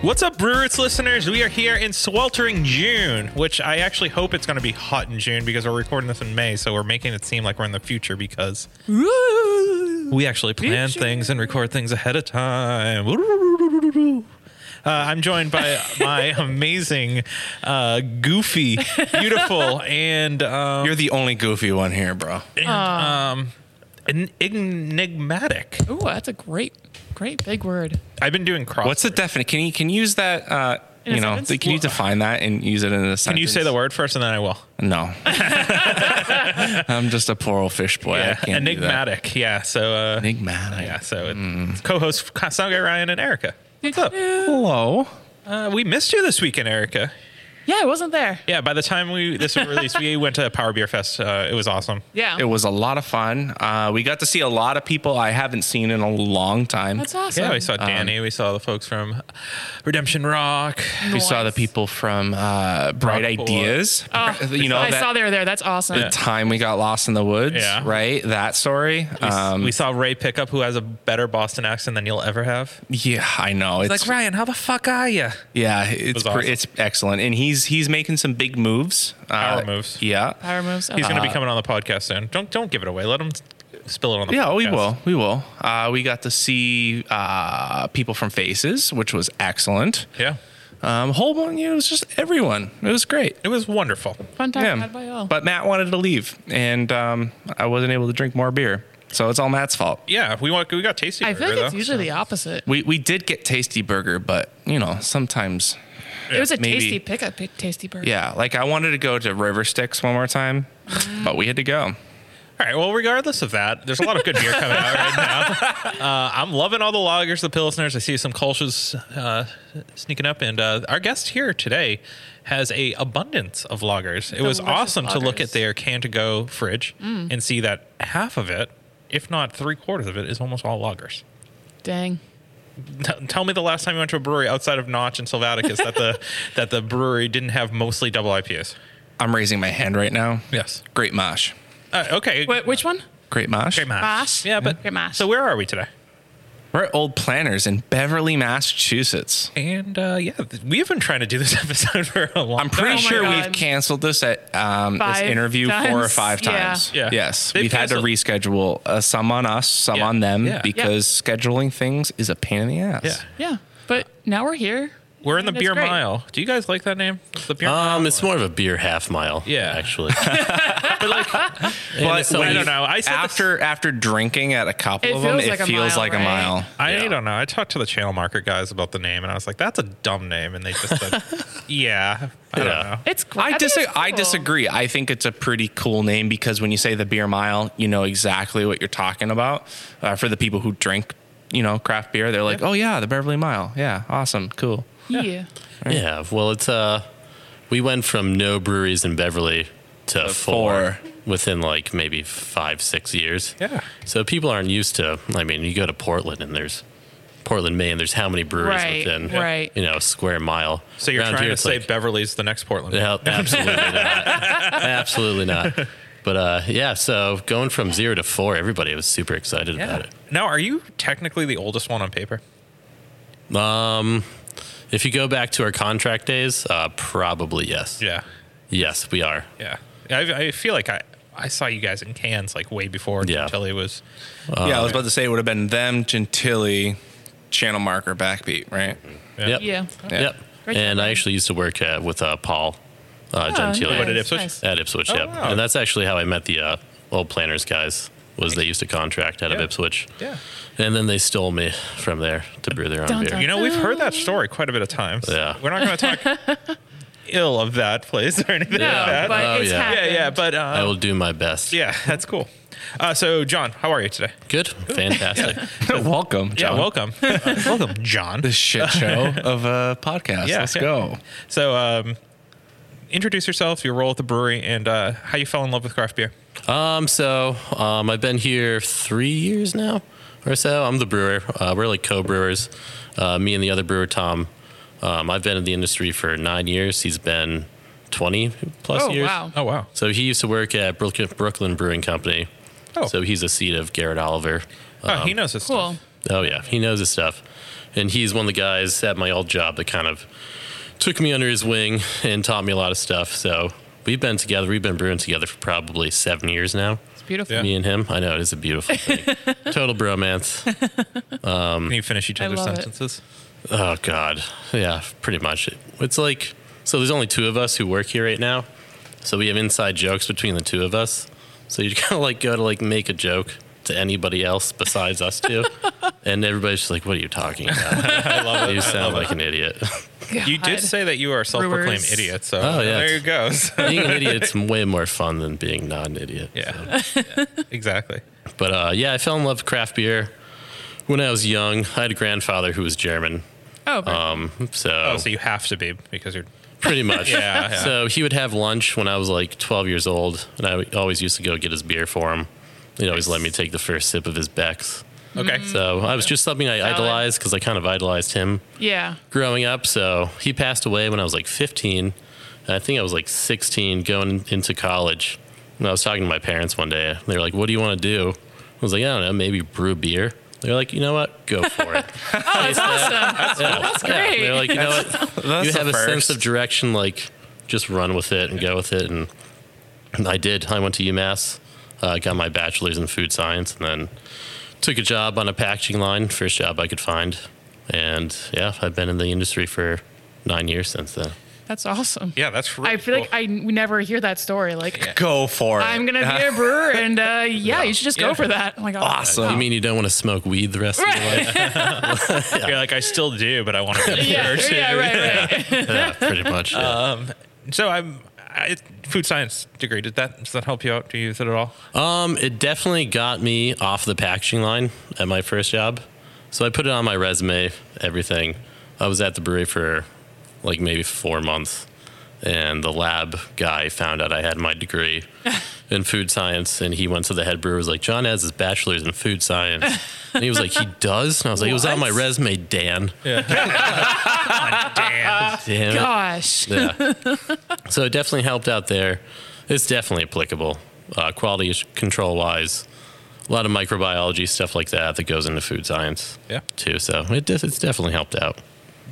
What's up, Brewers listeners? We are here in sweltering June, which I actually hope it's going to be hot in June because we're recording this in May, so we're making it seem like we're in the future because we actually plan things and record things ahead of time. Uh, I'm joined by my amazing, uh, goofy, beautiful, and um, You're the only goofy one here, bro. and, um, en- enigmatic. Ooh, that's a great, great big word. I've been doing cross. What's the definite? Can you can you use that? Uh, In a you know, sentence? th- can you Well- define that and use it in a sentence? Can you say the word first and then I will? No. I'm just a poor old fish boy. I can't do that. enigmatic. Yeah. So uh, Enigmatic. yeah. So it, Mm-hmm. it's co-host Sound Guy Ryan and Erica. What's up? Hello. Uh, we missed you this weekend, Erica. Yeah, I wasn't there. Yeah. By the time we this was released, we went to Power Beer Fest. Uh, it was awesome. Yeah. It was a lot of fun. Uh, we got to see a lot of people I haven't seen in a long time. that's awesome. Yeah, we saw Um, Danny. we saw the folks from Redemption Rock. We saw the Nice. people from uh, Bright Rockport. Ideas. Oh, you know, I that saw they were there. That's awesome. the time we got lost in the woods, Yeah. right? That story. Um, we saw Ray Pickup, who has a better Boston accent than you'll ever have. Um, yeah, I know. It's Ryan, how the fuck are you? Yeah, it's was pre- awesome. it's excellent, and he's he's making some big moves. Uh, Power moves. Yeah, Power moves. Oh, He's Uh, going to be coming on the podcast soon. Don't don't give it away. Let him spill it on the. yeah, we podcast. will, we will. Uh, we got to see uh, people from Faces, which was excellent. Yeah, Um, whole bunch, you know, it was just everyone. It was great. it was wonderful. fun time Yeah, had by all. but Matt wanted to leave, and um, I wasn't able to drink more beer, so it's all Matt's fault. Yeah, we want we got tasty. I feel burger, like it's though, usually so. the opposite. We we did get Tasty Burger, but you know sometimes it was a maybe. tasty pickup, p- tasty burger. yeah, like I wanted to go to River Sticks one more time, but we had to go. All right. Well, regardless of that, there's a lot of good beer coming out right now. Uh, I'm loving all the lagers, the pilsners. I see some Kolsch's uh, sneaking up, and uh, our guest here today has a abundance of lagers. It was Delicious awesome to look lagers. Mm. at their can to go fridge and see that half of it, if not three quarters of it, is almost all lagers. Dang. T- tell me the last time you went to a brewery outside of Notch and Sylvaticus that the that the brewery didn't have mostly double IPAs. I'm raising my hand right now. Yes. Great mosh. Uh, okay. Wait, which one? Great mosh. Great mash. Mash? Yeah, but Great mash. so where are we today? We're at Old Planners in Beverly, Massachusetts. And uh, yeah, th- we have been trying to do this episode for a long I'm time. pretty Oh my sure we've God. canceled this at um, this Five interview four or times? five Yeah. times. Yeah. Yes, They've we've had canceled- to reschedule uh, some on us, some Yeah. on them Yeah. because scheduling things is a pain in the ass. Yeah. Yeah. But now we're here. We're in the And it's Beer great. Mile. Do you guys like that name? The Beer Um, it's more of a beer half mile. Yeah. actually. But like, But it's a- when- I don't know. I said after after drinking at a couple It of them, feels like it a feels mile, like a right? mile. I Yeah. don't know. I talked to the channel market guys about the name, and I was like, "That's a dumb name," and they just said, "Yeah, I Yeah. don't know." It's great. I, think dis- it's I cool. disagree. I think it's a pretty cool name because when you say the beer mile, you know exactly what you're talking about. Uh, for the people who drink, you know, craft beer, they're like, oh yeah, the Beverly Mile. Yeah, awesome, cool. Yeah. yeah. Well, it's uh, we went from no breweries in Beverly to four, four. within like maybe five, six years. Yeah. So people aren't used to. I mean, you go to Portland and there's Portland, Maine. There's how many breweries Right, within right. you know a square mile? So you're Around trying here, to it's say like- Beverly's the next Portland? No, absolutely not. Absolutely not. But uh, yeah, so going from zero to four, everybody was super excited about Yeah. it. Now, are you technically the oldest one on paper? Um, if you go back to our contract days, uh, probably yes. Yeah. Yes, we are. Yeah. I, I feel like I, I saw you guys in cans like way before Yeah. Tilly was. Uh, yeah, I was about to say it would have been them, Gentilly, Channel Marker, Backbeat, right? Yep. Yeah. Yeah. Yep. Great job, and I man. actually used to work uh, with uh, Paul uh, Oh, Gentile nice, What, at Ipswich? nice. at Ipswich. Oh, yep. wow. And that's actually how I met the uh, old planners guys. Was they used to contract out of Yeah. Ipswich, Yeah. and then they stole me from there to brew their own Dun, beer. dun. You know, we've heard that story quite a bit of times. Yeah. We're not going to talk ill of that place or anything No, like that. but Oh, it's yeah. yeah, happened. yeah. But I uh, will do my best. yeah, that's cool. Uh, so, John, how are you today? Good. Fantastic. Welcome. Yeah, John. welcome. Uh, welcome, John. This shit show of a podcast. Yeah, Let's yeah. go. So, um, introduce yourself, your role at the brewery, and uh, how you fell in love with craft beer. Um, so um, I've been here three years now or so. I'm the brewer. Uh, we're like co-brewers. Uh, me and the other brewer, Tom. Um, I've been in the industry for nine years. He's been 20 plus Oh, years. wow. Oh, wow. So he used to work at Brooklyn, Brooklyn Brewing Company. Oh. So he's a seed of Garrett Oliver. oh, he knows this. Cool. Oh yeah, he knows his stuff, and he's one of the guys at my old job that kind of took me under his wing and taught me a lot of stuff. So we've been together. We've been brewing together for probably seven years now. It's beautiful. Yeah. Me and him. I know it is a beautiful thing. Total bromance. Can you finish each I other's love it. sentences? Oh God, yeah, pretty much. It's like so. There's only two of us who work here right now, so we have inside jokes between the two of us. So you kind of like go to like make a joke to anybody else besides us two, and everybody's just like, "What are you talking about? I love it. You I sound love like an idiot." it. You did God. say that you are a self-proclaimed Brewers. idiot, so Oh, yeah. there you go. being an idiot's way more fun than being not an idiot. yeah. Yeah, exactly. But uh, yeah, I fell in love with craft beer when I was young. I had a grandfather who was German, Oh, right. um, so, Oh, so you have to be because you're. pretty much. Yeah, yeah. So he would have lunch when I was like 12 years old, and I always used to go get his beer for him. He'd always let me take the first sip of his Beck's. Okay. Mm-hmm. So I was just something I Valid. idolized because I kind of idolized him yeah. growing up. So he passed away when I was like 15. And I think I was like 16 going into college. And I was talking to my parents one day. They were like, What do you want to do? I was like, I don't know, maybe brew beer. They're like, You know what? Go for it. oh, that's awesome. That's great. They're like, You know what? That's you the have a sense first. of direction, like just run with it and go with it. And, and I did. I went to UMass, uh, got my bachelor's in food science, and then took a job on a packaging line, first job I could find. And yeah, I've been in the industry for nine years since then. That's awesome. yeah, that's. Really I feel like I we never hear that story. Like, Go for it. I'm going to be a brewer, and uh, yeah, you should just go Yeah. for that. I'm like, oh, Awesome. wow. You mean you don't want to smoke weed the rest of your life? You're like I still do, but I want to be a Yeah, brewer too. yeah, right, right. yeah, pretty much. yeah. So I'm. I, food science degree. Did that does that help you out? Do you use it at all? Um, it definitely got me off the packaging line at my first job. So I put it on my resume, everything. I was at the brewery for like maybe four months, and the lab guy found out I had my degree in food science, and he went to the head brewer was like, "John has his bachelor's in food science," and he was like, "He does," and I was like, "It was on my What? resume, Dan." Damn. Damn it. Gosh. yeah. So it definitely helped out there. It's definitely applicable, uh, quality is- control wise. A lot of microbiology stuff like that that goes into food science. Yeah. Too. So it def- it's definitely helped out.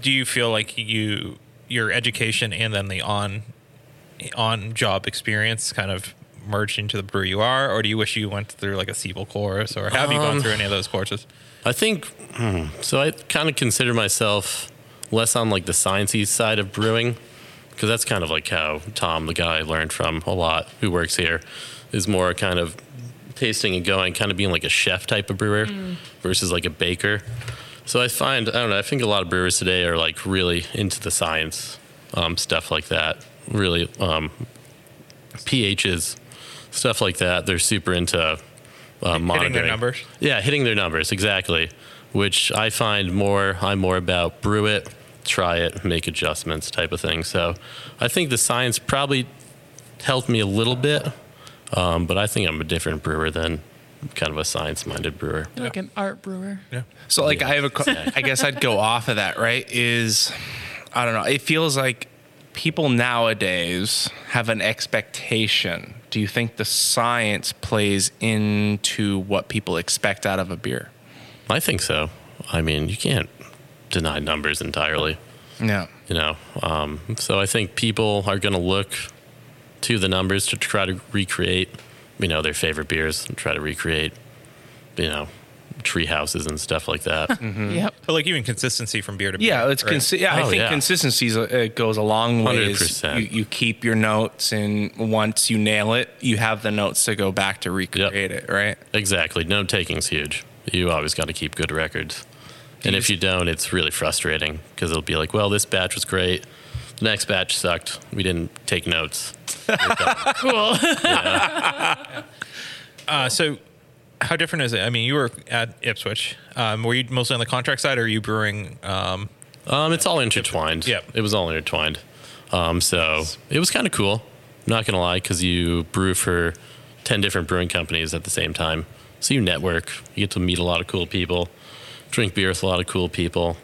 Do you feel like you your education and then the on on job experience kind of merged into the brew you are, or do you wish you went through like a Siebel course, or have you gone Um, through any of those courses? I think hmm, so. I kind of consider myself less on like the sciencey side of brewing because that's kind of like how Tom, the guy I learned from a lot who works here, is more kind of tasting and going, kind of being like a chef type of brewer versus like a baker. So I find I don't know. I think a lot of brewers today are like really into the science um, stuff like that. Really, um, pHs, stuff like that. They're super into uh, monitoring Hitting their numbers. yeah, hitting their numbers exactly, which I find more. I'm more about brew it, try it, make adjustments type of thing. So I think the science probably helped me a little bit, um, but I think I'm a different brewer than kind of a science-minded brewer. You're Like an art brewer. So like I have a que- I guess I'd go off of that, right? Is I don't know. It feels like people nowadays have an expectation. Do you think the science plays into what people expect out of a beer? I think so. I mean, you can't deny numbers entirely. Yeah. you know. Um, so I think people are going to look to the numbers to try to recreate, you know, their favorite beers and try to recreate, you know, tree houses and stuff like that. Yep. But like even consistency from beer to beer. Yeah, it's right? consi- yeah, I Oh, think yeah. consistency uh, goes a long way. 100%. You, you keep your notes, and once you nail it, you have the notes to go back to recreate it, right? Exactly. Note taking's huge. You always got to keep good records. And if you don't, it's really frustrating because it'll be like, well, this batch was great. The next batch sucked. We didn't take notes. Cool. Uh, so, how different is it? I mean, you were at Ipswich. Um, were you mostly on the contract side, or are you brewing? Um, Um, it's all intertwined. Yep. It was all intertwined. Um, so it was kind of cool. Not gonna lie, because you brew for ten different brewing companies at the same time, so you network. You get to meet a lot of cool people, drink beer with a lot of cool people.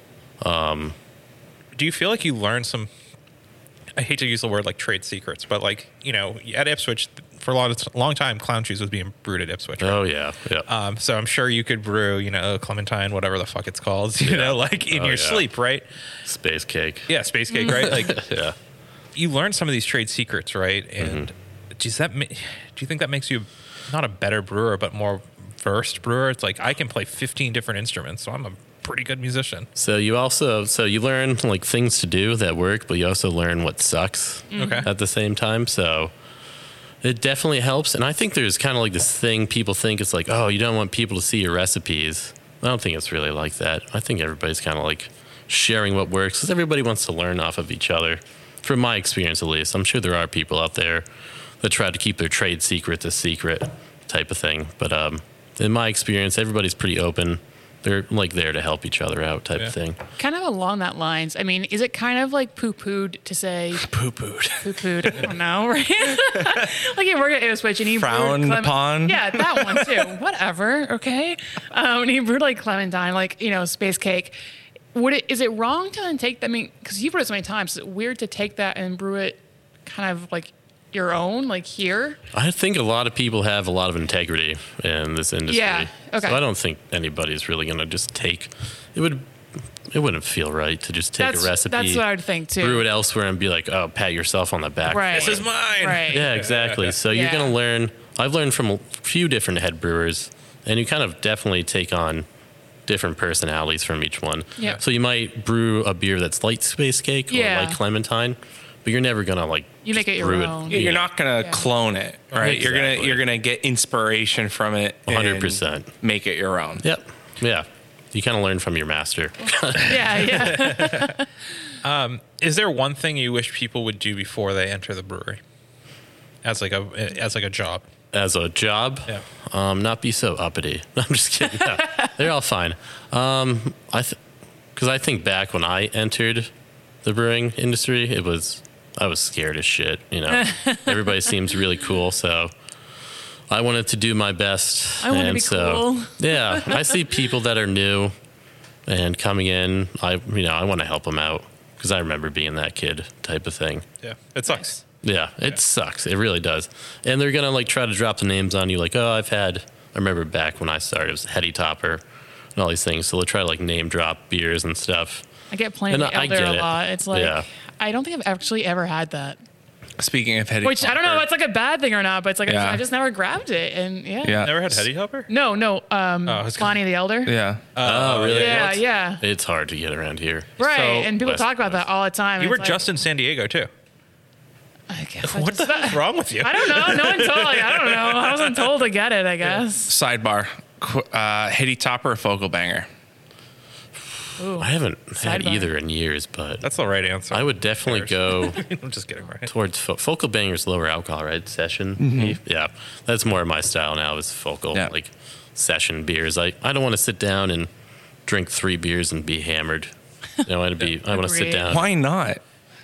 do you feel like you learned some? I hate to use the word like trade secrets, but like you know, at Ipswich, for a lot of long time, clown juice was being brewed at Ipswich. right? Oh yeah, yeah. Um, so I'm sure you could brew, you know, clementine, whatever the fuck it's called, you know, like in Oh, your yeah. sleep, right? Space cake. Yeah, space cake, right? Like Yeah. Mm-hmm. you learn some of these trade secrets, right? And does that ma- do you think that makes you not a better brewer, but more versed brewer? It's like I can play 15 different instruments, so I'm a pretty good musician. So you also so you learn like things to do that work, but you also learn what sucks. Okay. At the same time, so it definitely helps. And I think there's kind of like this thing people think it's like, oh, you don't want people to see your recipes. I don't think it's really like that. I think everybody's kind of like sharing what works because everybody wants to learn off of each other. From my experience, at least, I'm sure there are people out there that try to keep their trade secret a secret type of thing. But um, in my experience, everybody's pretty open. They're like there to help each other out type Yeah. of thing. Kind of along that lines. I mean, is it kind of like poo pooed to say Poo pooed. poo pooed? I don't know, right? like you work at Ipswich and you brewed Frowned upon? Yeah, that one too. Whatever. Okay. Um, and he brewed like clementine, like you know, space cake. Would it? Is it wrong to then take that? I mean, because you've brewed it so many times, is it weird to take that and brew it kind of like your own, like here? I think a lot of people have a lot of integrity in this industry. Yeah, okay. So I don't think anybody's really going to just take. It would. It wouldn't feel right to just take that's a recipe, That's what I would think too. brew it elsewhere, and be like, "Oh, pat yourself on the back." Right. This is mine. Right. Yeah, exactly. So Yeah. you're going to learn. I've learned from a few different head brewers, and you kind of definitely take on different personalities from each one. Yeah. So you might brew a beer that's light space cake Yeah. or like clementine, but you're never going to like. You make just it your brew own. you You're know. not gonna Yeah. clone it, right? You're gonna Exactly. you're gonna get inspiration from it. and 100%. Make it your own. Yep. Yeah. You kind of learn from your master. Yeah. Yeah. Is there one thing you wish people would do before they enter the brewery? As like a as like a job. as a job, Yeah. um, not be so uppity. I'm just kidding. No, they're all fine. Um, I, because I think back when I entered the brewing industry, it was I was scared as shit. You know, everybody seems really cool, so I wanted to do my best. I wanna and be so, cool. yeah, I see people that are new and coming in. I, you know, I want to help them out because I remember being that kid type of thing. Yeah. It sucks. Yeah, it sucks. It really does. And they're gonna like try to drop the names on you, like, oh, I've had. I remember back when I started, it was Hetty Topper and all these things. So they'll try to like name drop beers and stuff. I get playing And the I- I elder get a it. lot. It's like Yeah. I don't think I've actually ever had that. Speaking of heady, Which I don't know if Copper, it's like a bad thing or not, but it's like I just- Yeah. I just never grabbed it. And yeah. yeah. Never had Hetty Hopper? No, no. Um Oh, it's- Lonnie the Elder. Yeah. Uh, oh, really? Yeah, It's- yeah. It's hard to get around here. Right. So- and people West talk about that all the time. You and were it's like, just in San Diego too. I guess I What the just- hell's wrong with you? I don't know. No one told. Like, I don't know. I wasn't told to get it, I guess. Sidebar. Qu- Uh, heady topper or focal banger? I haven't had Sidebar. either in years, but That's the right answer. I would definitely go I'm just kidding, right? towards fo- focal bangers, lower alcohol, right? Session. Yeah, that's more of my style now is focal, Yeah. like session beers. I, I don't want to sit down and drink three beers and be hammered. You know, I want to be. I want to sit Agreed. down, Why not?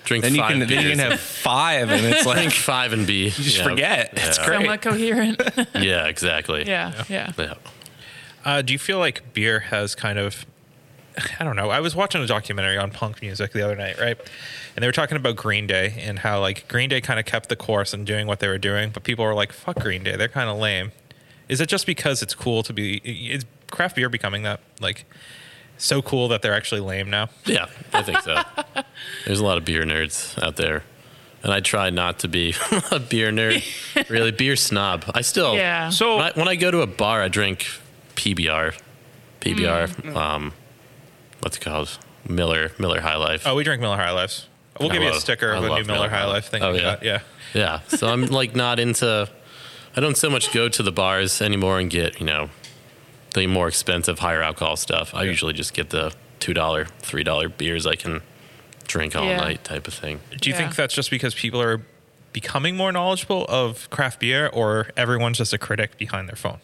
drink Then you five can beers, then you can have five, and it's drink like five and be. You just forget. It's great. Somewhat coherent. Yeah, exactly. yeah, yeah. Yeah. Uh, do you feel like beer has kind of, I don't know. I was watching a documentary on punk music the other night, right? And they were talking about Green Day and how like Green Day kind of kept the course and doing what they were doing, but people were like, "Fuck Green Day, they're kind of lame." Is it just because it's cool to be? Is craft beer becoming that like so cool that they're actually lame now? Yeah, I think so. There's a lot of beer nerds out there. And I try not to be a beer nerd, really, beer snob. I still, Yeah. So- when I, when I go to a bar, I drink PBR, PBR, Mm. um, what's it called? Miller, Miller High Life. Oh, we drink Miller High Lifes. We'll I give you a love- sticker of I a new Miller, love Miller High High Life thing. Oh, like yeah. that. yeah. Yeah. So I'm like not into, I don't so much go to the bars anymore and get, you know, the more expensive, higher alcohol stuff. I usually just get the $2, $3 beers I can drink all Yeah. night type of thing. Do you Yeah. think that's just because people are becoming more knowledgeable of craft beer, or everyone's just a critic behind their phone?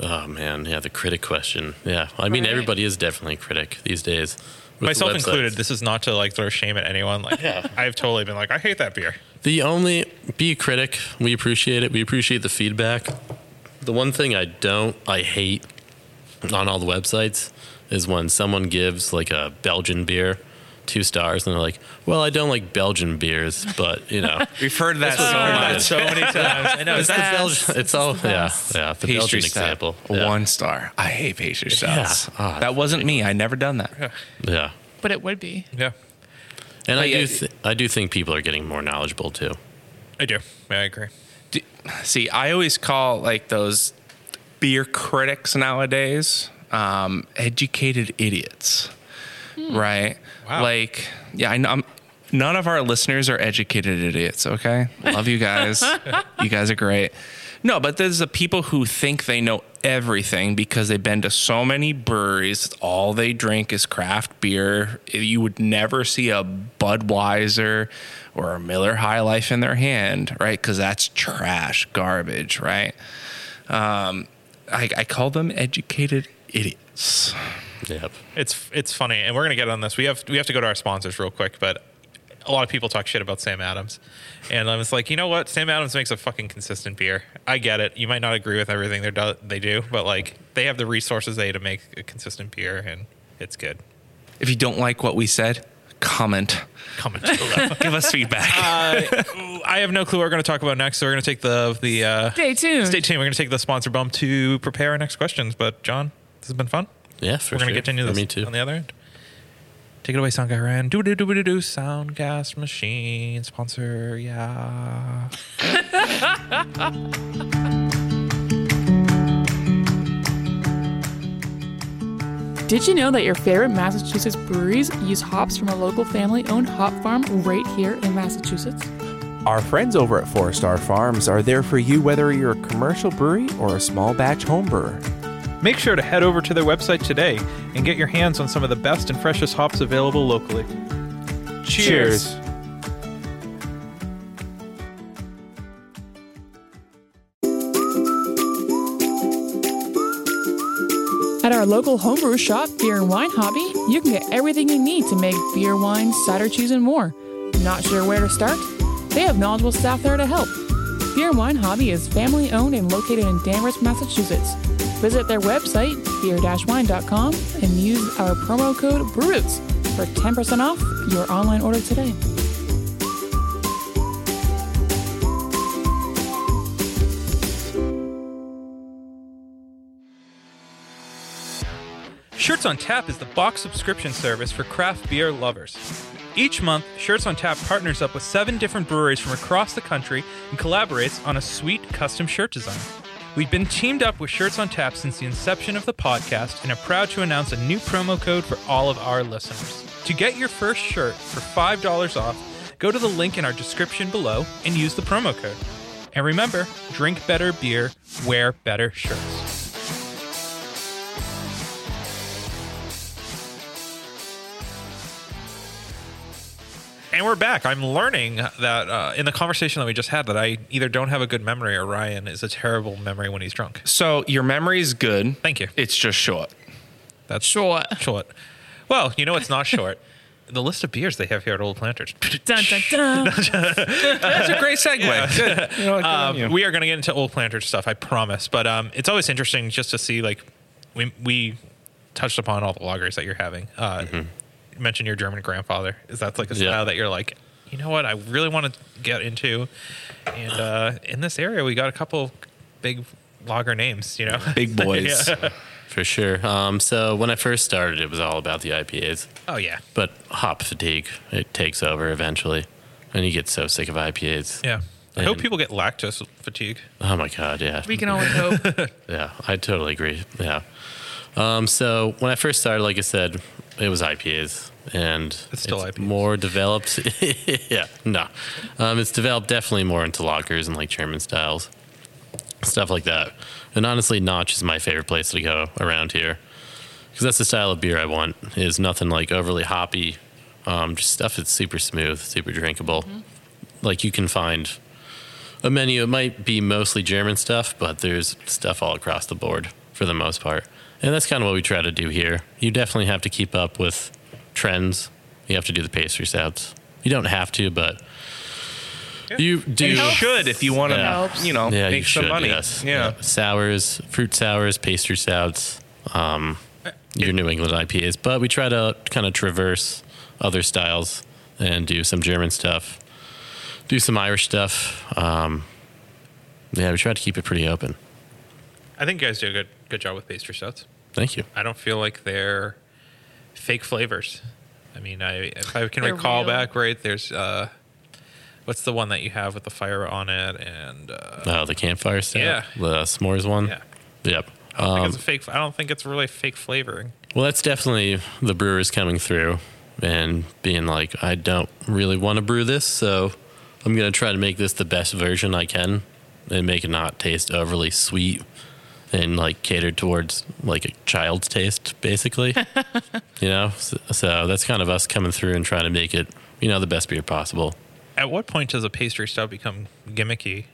Oh, man. Yeah. The critic question. Yeah. I mean, Right. everybody is definitely a critic these days. with the myself websites. included this is not to like throw shame at anyone like i've totally been like i hate that beer The only be a critic. We appreciate it. We appreciate the feedback. The one thing I don't, I hate on all the websites is when someone gives like a Belgian beer two stars, and they're like, "Well, I don't like Belgian beers, but you know, We've heard that so what I've mine heard that much. Oh, so many times. I know. it's Is the that best. Belgian. It's all yeah, yeah. The Belgian stout, example. Yeah. One star. I hate pastry stouts. Ah, that wasn't me. I never done that. yeah. But it would be. yeah, And I yeah, do, th- I do think people are getting more knowledgeable too. I do. Yeah, I agree. Do- see, I always call like those beer critics nowadays um, educated idiots, right? Wow. Like, yeah, I know. I'm, none of our listeners are educated idiots. Okay, love you guys. you guys are great. No, but there's the people who think they know everything because they've been to so many breweries. All they drink is craft beer. You would never see a Budweiser or a Miller High Life in their hand, right? Because that's trash, garbage, right? I, I call them educated idiots. Yep. It's it's funny, and we're gonna get on this. We have we have to go to our sponsors real quick, but a lot of people talk shit about Sam Adams, and I was like, you know what? Sam Adams makes a fucking consistent beer. I get it. You might not agree with everything they do, they do, but like they have the resources they to make a consistent beer, and it's good. If you don't like what we said, comment. Comment below. Give us feedback. I have no clue what we're gonna talk about next, so we're gonna take the the uh, Stay Hmm. tuned. stay tuned. We're gonna take the sponsor bump to prepare our next questions. But John, this has been fun. Yeah, for We're gonna sure. continue For this Me too. on the other end. Take it away, Sound Guy Ryan. Do do do do do. Sound Gas Machine sponsor. Yeah. Did you know that your favorite Massachusetts breweries use hops from a local family owned hop farm right here in Massachusetts? Our friends over at Four Star Farms are there for you whether you're a commercial brewery or a small batch home brewer. Make sure to head over to their website today and get your hands on some of the best and freshest hops available locally. Cheers. At our local homebrew shop, Beer and Wine Hobby, you can get everything you need to make beer, wine, cider, cheese, and more. Not sure where to start? They have knowledgeable staff there to help. Beer and Wine Hobby is family owned and located in Danvers, Massachusetts. Visit their website, beer-wine.com, and use our promo code BREWROOTS for 10% off your online order today. Shirts on Tap is the box subscription service for craft beer lovers. Each month, Shirts on Tap partners up with seven different breweries from across the country and collaborates on a sweet custom shirt design. We've been teamed up with Shirts on Tap since the inception of the podcast and are proud to announce a new promo code for all of our listeners. To get your first shirt for $5 off, go to the link in our description below and use the promo code. And remember, drink better beer, wear better shirts. And we're back. I'm learning that uh, in the conversation that we just had that I either don't have a good memory or Ryan is a terrible memory when he's drunk. so your memory is good. Thank you. It's just short. That's Short. Short. Well, you know it's not short. the list of beers they have here at Old Planters. Dun, dun, dun. That's a great segue. Good. You know what, good on you. Um, we are going to get into Old Planters stuff, I promise. But um, it's always interesting just to see like we we touched upon all the lagers that you're having. Uh, Mention your German grandfather. Is that like a Mm-hmm. Yeah. style that you're like? You know what? I really want to get into, and uh, in this area, we got a couple big lager names. You know, Big boys. Yeah. For sure. Um, so when I first started, it was all about the IPAs, Oh yeah, but hop fatigue it takes over eventually, and you get so sick of IPAs. yeah. I hope And- people get lactose fatigue. Oh my god, yeah. We can only hope. Yeah, I totally agree. Yeah. Um, so when I first started, like I said, it was IPAs, and It's still IPAs. more developed. yeah, no, um, it's developed definitely more into lockers and like German styles, stuff like that. And honestly, Notch is my favorite place to go around here because that's the style of beer I want. Is nothing like overly hoppy, um, just stuff that's super smooth, super drinkable. Like you can find a menu. It might be mostly German stuff, but there's stuff all across the board for the most part. And that's kind of what we try to do here. You definitely have to keep up with trends. You have to do the pastry stouts. You don't have to, but you do. You should if you want to, Yeah. you know, yeah, make you some should, money. Yes. Yeah. Sours, fruit sours, pastry stouts, um, your New England IPAs. But we try to kind of traverse other styles and do some German stuff, do some Irish stuff. Um, yeah, we try to keep it pretty open. I think you guys do a good good job with pastry stouts. Thank you. I don't feel like they're fake flavors. I mean, I if I can They're recall real. back, right? There's uh, what's the one that you have with the fire on it, and uh, Uh, the campfire stout, Yeah. the s'mores one. Yeah. Yep. I think Um, it's a fake. I don't think it's really fake flavoring. Well, that's definitely the brewers coming through and being like, I don't really want to brew this, so I'm going to try to make this the best version I can and make it not taste overly sweet and like catered towards like a child's taste, basically. you know, so, so that's kind of us coming through and trying to make it, you know, the best beer possible. At what point does a pastry stout become gimmicky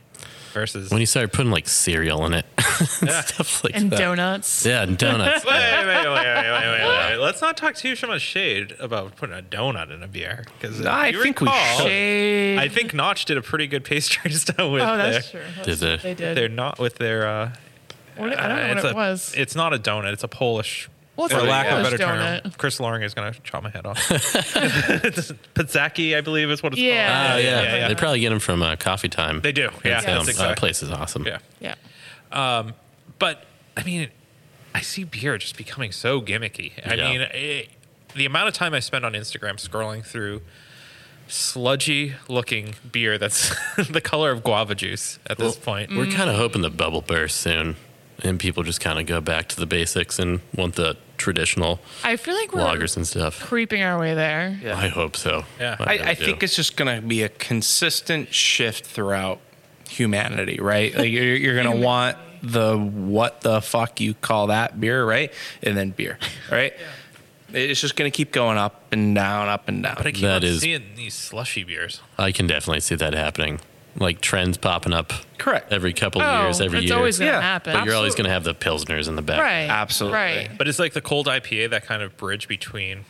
versus? When you start putting like cereal in it and Yeah. stuff like and that. donuts. Yeah, and donuts. Wait, wait, wait, wait, wait, wait, wait, wait. Let's not talk too much shade about putting a donut in a beer because I think we should. Shade. I think Notch did a pretty good pastry stout with oh, that's their, true. That's- Did they they- did. their not with their uh, What- I don't Uh, know it's what it a- was. It's not a donut. It's a Polish. Well, it's for a lack of a Polish better term, donut. Chris Loring is going to chop my head off. Pizzaki, I believe, is what it's Yeah. called. Oh, yeah. yeah, yeah. They probably get them from uh, Coffee Time. They do. Yeah, Hands down. that's exact- Uh, place is awesome. Yeah. yeah. But, I mean, I see beer just becoming so gimmicky. I Yeah. mean, it, the amount of time I spend on Instagram scrolling through sludgy looking beer that's the color of guava juice at this point. We're kind Mm. of hoping the bubble bursts soon and people just kind of go back to the basics and want the traditional I feel like we're loggers and stuff. creeping our way there. Yeah. I hope so. Yeah. I, really I do. think it's just going to be a consistent shift throughout humanity, right? Like you're, you're going to want the what the fuck you call that beer, right? And then beer, right? It's just going to keep going up and down, up and down. But I keep on That is- seeing these slushy beers. I can definitely see that happening. Like trends popping up Correct. every couple Oh, years, every it's year. always gonna Yeah. happen. but you're always going to have the pilsners in the back. right. Absolutely. Right. But it's like the cold IPA, that kind of bridge between,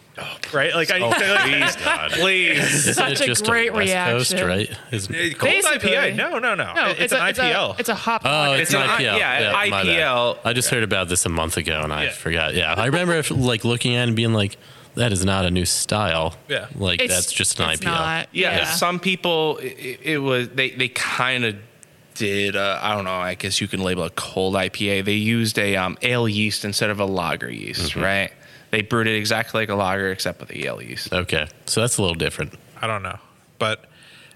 right? Like, I, Oh, like, please, God. please. Isn't Such a great West Coast, reaction. right? Is- Cold Basically. IPA? No, no, no. No, it's, an a, IPL. It's a, it's a hop. Oh, lager. it's, an IPL. yeah, my bad. IPL. I just heard about this a month ago and I Yeah. forgot. Yeah, I remember if, like looking at it and being like, "That is not a new style." Yeah. like It's- that's just an it's IPL. Not, yeah, some people it, it was they they kind of did uh, I don't know I guess you can label it cold IPA. They used a um, ale yeast instead of a lager yeast, Mm-hmm. right? They brewed it exactly like a lager except with the ale yeast. Okay, so that's a little different. I don't know, but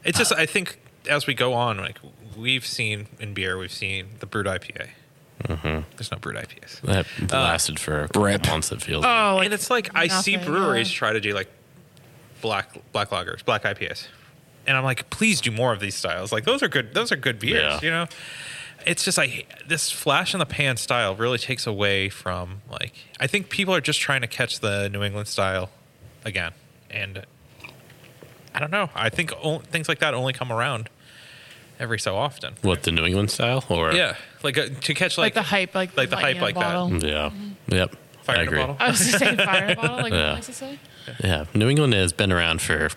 it's just I think as we go on, like we've seen in beer, we've seen the brewed IPA. There's no brewed IPAs, That Uh, lasted for a couple rip. months. It feels. Oh, like and it's like I see nothing, breweries yeah. try to do like black black lagers, black IPAs, and I'm like, please do more of these styles. Like those are good. Those are good beers. Yeah. You know, it's just I this flash in the pan style really takes away from like I think people are just trying to catch the New England style again, and I don't know. I think o- things like that only come around every so often. What the New England style or Yeah, like uh, to catch like, like the hype, like like the hype lightning in a like that. bottle. yeah, yep. Fire I in a agree. bottle. I was just saying fire in a bottle, like Yeah. what likes to say. Yeah, New England has been around for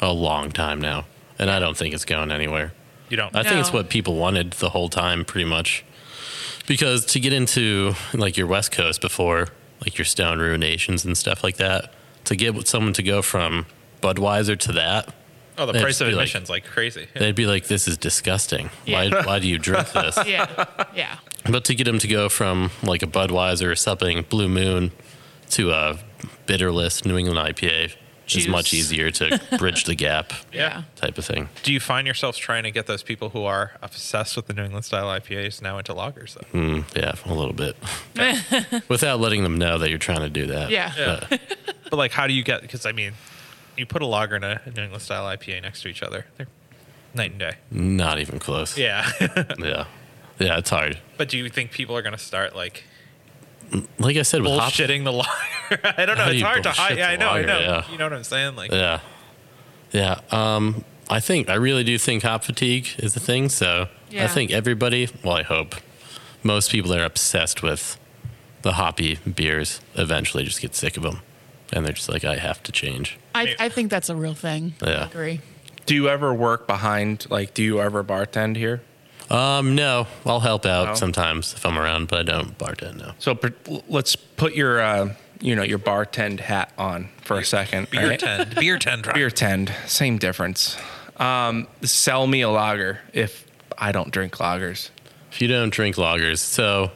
a long time now, and I don't think it's going anywhere. You don't. I think it's No. what people wanted the whole time, pretty much. Because to get into like your West Coast before, like your Stone Ruinations and stuff like that, to get someone to go from Budweiser to that, oh, the They'd price just of be like- admissions like, crazy. they'd be like, "This is disgusting. Why, Yeah. why do you drink this?" Yeah, yeah. But to get him to go from like a Budweiser or something, Blue Moon, to a bitterless New England IPA Juice. is much easier to bridge the gap Yeah. type of thing. Do you find yourselves trying to get those people who are obsessed with the New England style IPAs now into lagers? Though? Hmm, Yeah, a little bit. Without letting them know that you're trying to do that. Yeah. Yeah. but like, how do you get? Because I mean, you put a lager and a New England style IPA next to each other, they're night and day. Not even close. Yeah. Yeah. Yeah, it's hard. but do you think people are going to start like Like I said, with hop, bullshitting the lager? I don't know. How do It's you hard to bullshit hide. Yeah, the I know. I lager, know. yeah. You know what I'm saying? Like, Yeah. Yeah. Um, I think, I really do think hop fatigue is a thing. So I Yeah. think everybody, well, I hope most people that are obsessed with the hoppy beers eventually just get sick of them. And they're just like, I have to change. I, I think that's a real thing. Yeah. I agree. Do you ever work behind like do you ever bartend here? Um, no, I'll help out No? sometimes if I'm around, but I don't bartend. No. So per- let's put your uh, you know, your bartend hat on for a second. Beer right? tend. Beer tend. Rob. Beer tend, same difference. Um, sell me a lager if I don't drink lagers. If you don't drink lagers, so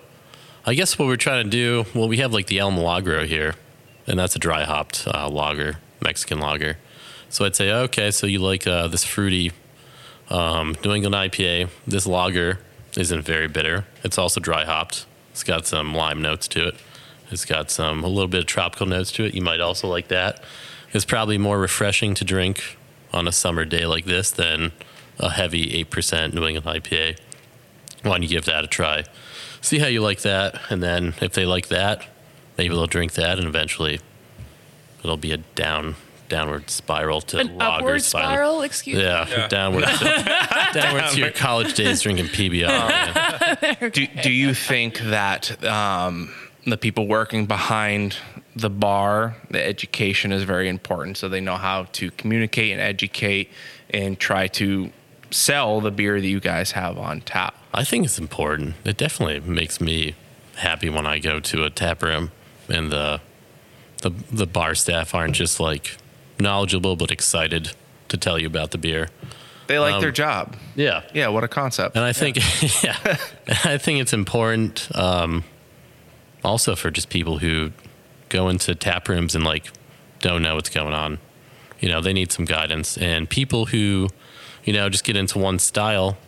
I guess what we're trying to do, well, we have like the El Milagro here, and that's a dry hopped uh, lager, Mexican lager. So I'd say, okay, so you like uh, this fruity um, New England IPA. This lager isn't very bitter. It's also dry hopped. It's got some lime notes to it. It's got some a little bit of tropical notes to it. You might also like that. It's probably more refreshing to drink on a summer day like this than a heavy eight percent New England IPA why don't you give that a try? See how you like that, and then if they like that, maybe they'll drink that, and eventually it'll be a down downward spiral to An lager upward spiral, excuse me. Yeah, downward, to, downward to your college days drinking PBR. man. Do, do you think that um, the people working behind the bar, the education is very important so they know how to communicate and educate and try to sell the beer that you guys have on tap? I think it's important. It definitely makes me happy when I go to a tap room and the the the bar staff aren't just like knowledgeable but excited to tell you about the beer. They like their job. Yeah, Yeah, what a concept. And I think, yeah, And I think it's important um, also for just people who go into tap rooms and like don't know what's going on. You know, they need some guidance. And people who, you know, just get into one style,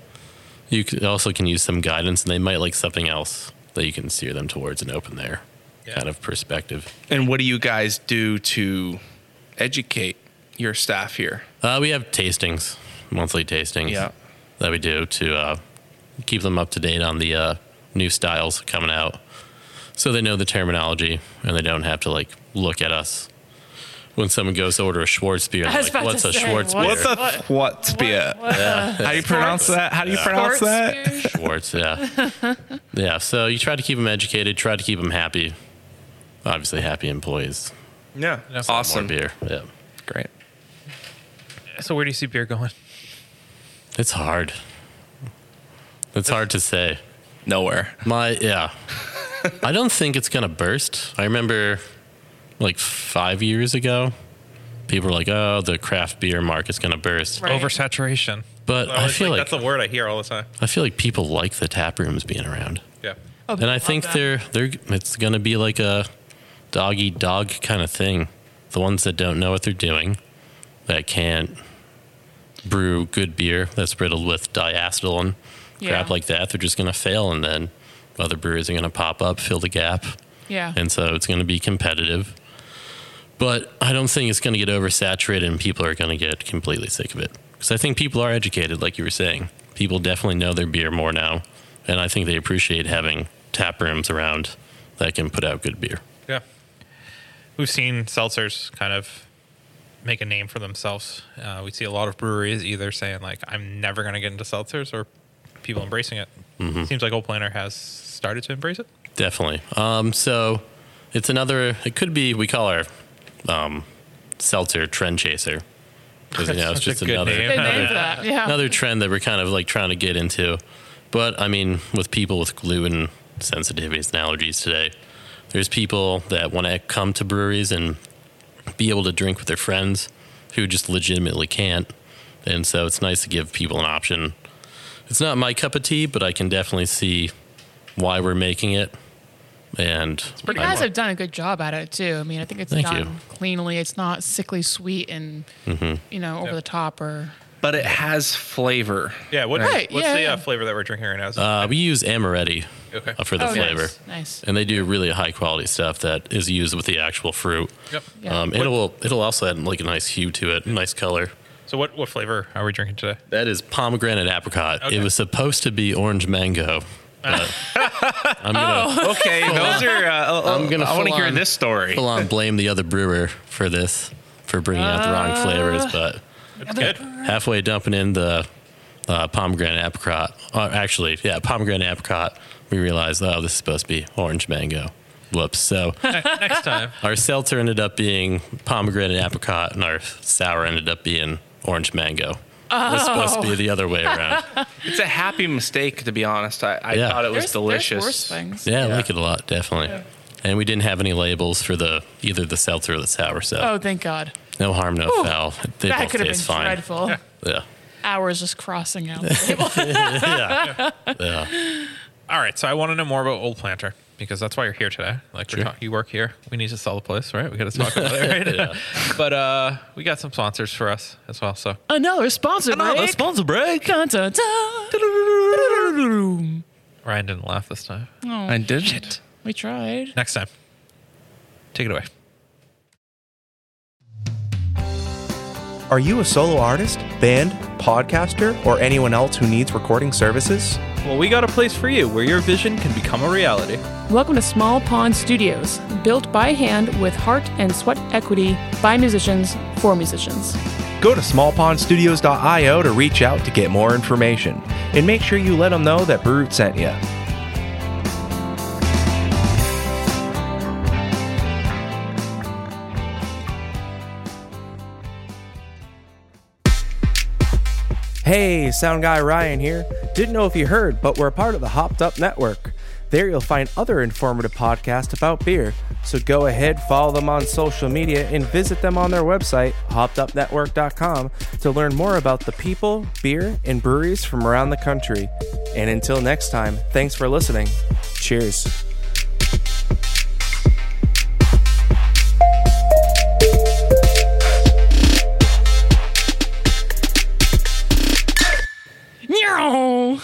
you c- also can use some guidance and they might like something else that you can steer them towards and open their kind of perspective. And what do you guys do to educate your staff here? Uh, we have tastings, monthly tastings. Yeah. That we do to uh, keep them up to date on the uh, new styles coming out, so they know the terminology and they don't have to like look at us when someone goes to order a Schwartz beer. I was Like, about what's to a say, Schwartz what- beer? What's a What- what beer? What the- How do you pronounce that? How do you pronounce Sports that? beer? Schwartz, yeah, yeah. So you try to keep them educated, try to keep them happy. Obviously, happy employees. Yeah. More Awesome. beer. Yeah, Great. So where do you see beer going? it's hard. It's hard to say. Nowhere. My yeah. I don't think it's gonna burst. I remember like five years ago, people were like, "Oh, the craft beer market's gonna burst," Right. Oversaturation. but I always feel think like, that's a word I hear all the time. I feel like people like the tap rooms being around, Yeah. Oh, and I love think that. they're they're it's gonna be like a dog eat dog kind of thing. The ones that don't know what they're doing, that can't brew good beer that's riddled with diacetyl and Yeah. crap like that, they're just gonna fail, and then other breweries are gonna pop up, fill the gap. Yeah. and so it's going to be competitive. But I don't think it's going to get oversaturated, and people are going to get completely sick of it because I think people are educated, like you were saying. People definitely know their beer more now, and I think they appreciate having tap rooms around that can put out good beer. Yeah. We've seen seltzers kind of make a name for themselves. Uh, we see a lot of breweries either saying like, "I'm never going to get into seltzers," or people embracing it. Mm-hmm. Seems like Old Planner has started to embrace it. Definitely. Um, so it's another. It could be we call our um, seltzer trend chaser because you know it's just a good another name. Good name for that. Yeah. another trend that we're kind of like trying to get into. But I mean, with people with gluten sensitivities and allergies today, there's people that want to come to breweries and be able to drink with their friends who just legitimately can't. And so it's nice to give people an option. It's not my cup of tea, but I can definitely see why we're making it. And You guys have done a good job at it too. I mean, I think it's Thank done you. Mm-hmm. cleanly. It's not sickly sweet and you know over the top or But it has flavor. Yeah. What, Right, What's yeah, the yeah. Uh, flavor that we're drinking right now? Is it- uh, we use amaretti Okay. uh, for the Oh, flavor. Nice. nice. And they do really high quality stuff that is used with the actual fruit. Yep. Yeah. Um, it'll it'll also add like a nice hue to it, a nice color. so what what flavor are we drinking today? That is pomegranate apricot. Okay. It was supposed to be orange mango. but I'm gonna Oh. Okay, those are. Uh, I'm gonna I want to full hear on- this story. full on blame the other brewer for this for bringing out the wrong flavors, but It's Uh, good. halfway dumping in the uh, pomegranate apricot. Uh, actually, yeah, pomegranate apricot. We realized, oh, this is supposed to be orange mango. Whoops. So Next time. our seltzer ended up being pomegranate apricot, and our sour ended up being orange mango. It was supposed to be the other way around. It's a happy mistake, to be honest. I, I Yeah. thought it was There's- there's worse delicious. things. Yeah, I like it a lot, definitely. and we didn't have any labels for the either the seltzer or the sour. So Oh, thank God. no harm, no Whew. foul. They that both could have been taste fine. dreadful. Yeah. Hours just crossing out. All right, so I want to know more about Old Planter because that's why you're here today. Like we're talk- you work here, we need to sell the place, right? We got to talk about it, right? But uh, we got some sponsors for us as well. So Another sponsor break. sponsor break. Dun, dun, dun. Ryan didn't laugh this time. I didn't. Oh, We tried. Next time, take it away. Are you a solo artist, band, podcaster, or anyone else who needs recording services? Well, we got a place for you where your vision can become a reality. Welcome to Small Pond Studios, built by hand with heart and sweat equity by musicians for musicians. Go to smallpondstudios.io to reach out to get more information and make sure you let them know that Brute sent you. Hey, Sound Guy Ryan here. Didn't know if you heard, but we're a part of the Hopped Up Network. There you'll find other informative podcasts about beer, so go ahead, follow them on social media, and visit them on their website, hoppedupnetwork.com, to learn more about the people, beer, and breweries from around the country. And until next time, thanks for listening. Cheers. Meow.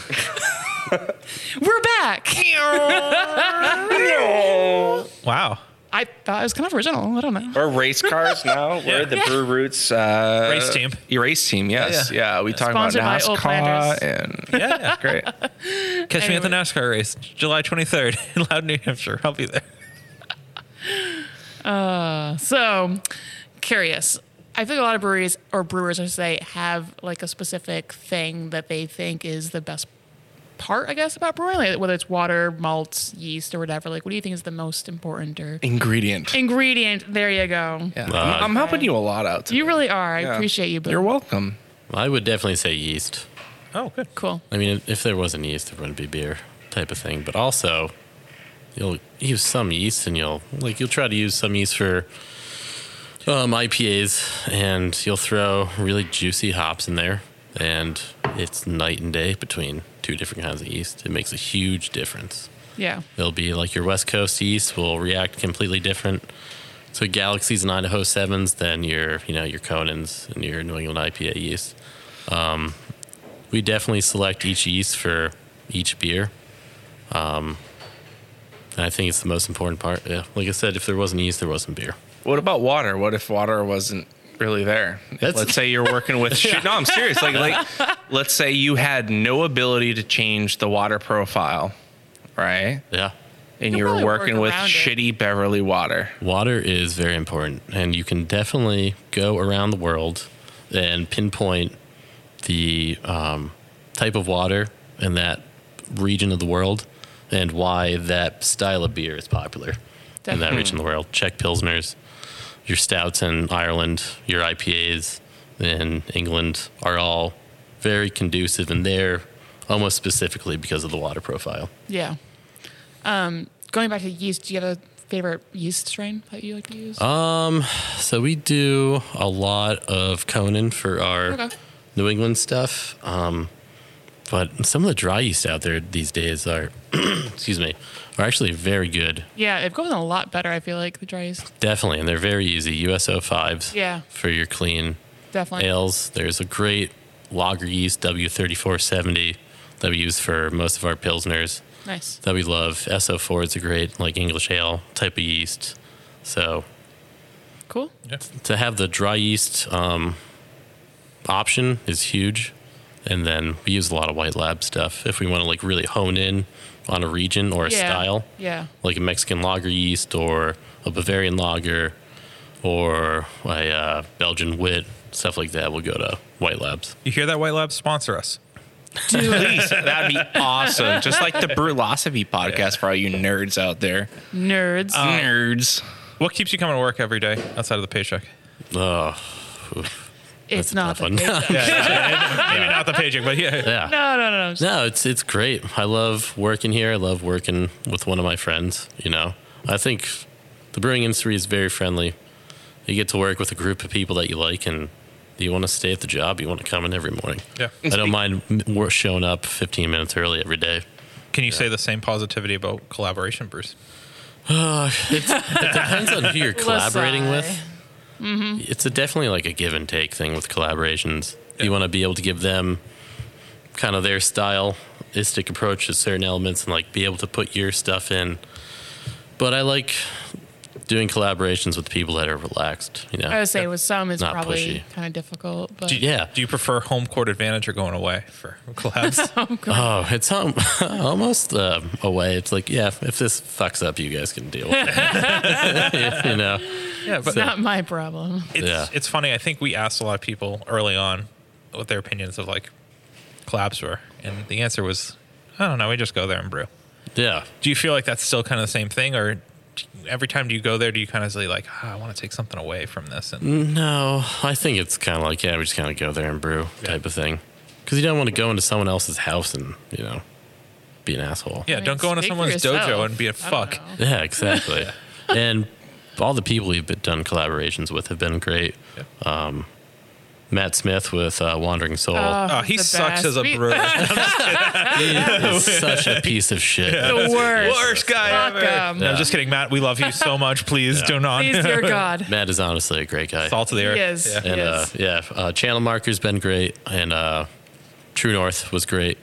We're back. Wow, I thought it was kind of original. I don't know. We're race cars now. We're the Brew Roots uh, Race team. Your race team, yes. Yeah, we talk about Sponsored by Old NASCAR Flanders. and yeah, great. catch me at the NASCAR race, July 23rd in Loud, New Hampshire. I'll be there. So, curious. I think a lot of breweries or brewers, I should say, have like a specific thing that they think is the best part, I guess, about brewing, like, whether it's water, malts, yeast, or whatever. Like, what do you think is the most important or Ingredient. ingredient? There you go. Uh, Yeah. I'm, I'm helping you a lot out. Today. You really are. I Yeah. appreciate you. Boo. You're welcome. I would definitely say yeast. Oh, good. cool. I mean, if there wasn't yeast, it wouldn't be beer type of thing. But also, you'll use some yeast, and you'll like you'll try to use some yeast for um, IPAs, and you'll throw really juicy hops in there, and it's night and day between two different kinds of yeast. It makes a huge difference. Yeah. It'll be like your West Coast yeast will react completely different to Galaxies and Idaho Sevens than your, you know, your Conans and your New England IPA yeast. Um, we definitely select each yeast for each beer. Um, and I think it's the most important part. Yeah, like I said, if there wasn't yeast, there wasn't beer. What about water? What if water wasn't really there? That's- let's say you're working with shit. No, I'm serious. Like, like, let's say you had no ability to change the water profile, right? Yeah, And You'll you were probably work working with around it. shitty Beverly water. water is very important, and you can definitely go around the world and pinpoint the um, type of water in that region of the world and why that style of beer is popular in that Definitely. region of the world. Czech pilsners, your stouts in Ireland, your IPAs in England are all very conducive in there, almost specifically because of the water profile. Yeah. Um, going back to yeast, do you have a favorite yeast strain that you like to use? So we do a lot of Conan for our Okay. New England stuff. Um, but some of the dry yeast out there these days are, excuse me, are actually very good. yeah, it goes a lot better. I feel like the dry yeast. Definitely. And they're very easy. USO 5s Yeah. for your clean Definitely. ales. There's a great lager yeast, W3470, that we use for most of our Pilsners Nice. that we love. SO4 is a great like English ale type of yeast. So Cool. to have the dry yeast um, option is huge. And then we use a lot of white lab stuff if we want to like really hone in on a region or a yeah. style, Yeah. like a Mexican lager yeast or a Bavarian lager or a uh, Belgian wit, stuff like that. We'll go to white labs. You hear that, White Lab? Sponsor us. Please, that'd be awesome. Just like the Brewlosophy podcast for all you nerds out there. Nerds. Um, Um, nerds. What keeps you coming to work every day outside of the paycheck? Oh, it's not the fun. case. Maybe not the paycheck, but yeah. yeah. No, no, no. no. No, it's it's great. I love working here. I love working with one of my friends. You know, I think the brewing industry is very friendly. You get to work with a group of people that you like, and you want to stay at the job. You want to come in every morning. Yeah. I don't mind m- wor- showing up 15 minutes early every day. Can you say the same positivity about collaboration, Bruce? It depends on who you're collaborating Listen. with. It's a definitely like a give and take thing with collaborations. Yeah. You want to be able to give them kind of their stylistic approach to certain elements and like be able to put your stuff in. But I like doing collaborations with people that are relaxed. You know, I would say with some it's Not probably pushy. kind of difficult, but yeah. Do you prefer home court advantage or going away for collabs? Oh, it's um, almost uh, a way. It's like, yeah, if this fucks up, you guys can deal with it. you know, yeah, but it's not my problem. it's Yeah. it's funny. I think we asked a lot of people early on what their opinions of like collabs were, and the answer was, I don't know. We just go there and brew. yeah. Do you feel like that's still kind of the same thing, or do you- every time do you go there, do you kind of say like, ah, I want to take something away from this? Mm. And No, I think it's kind of like yeah, we just kind of go there and brew type of thing, because you don't want to go into someone else's house and you know be an asshole. yeah, mean, don't go into speak for someone's dojo yourself. and be a I don't fuck. know. Yeah, exactly. and all the people we've been, done collaborations with have been great. Yeah. Um, Matt Smith with uh, Wandering Soul, Oh, he The sucks best. as a We- brewer. is such a piece of shit. the worst. Worst guy Fuck ever. him. No, I'm just kidding, Matt. We love you so much. Please do not. Please, dear God. Matt is honestly a great guy. Salt of the He earth. is. Yeah. And uh, yeah, uh, Channel Marker's been great, and uh, True North was great.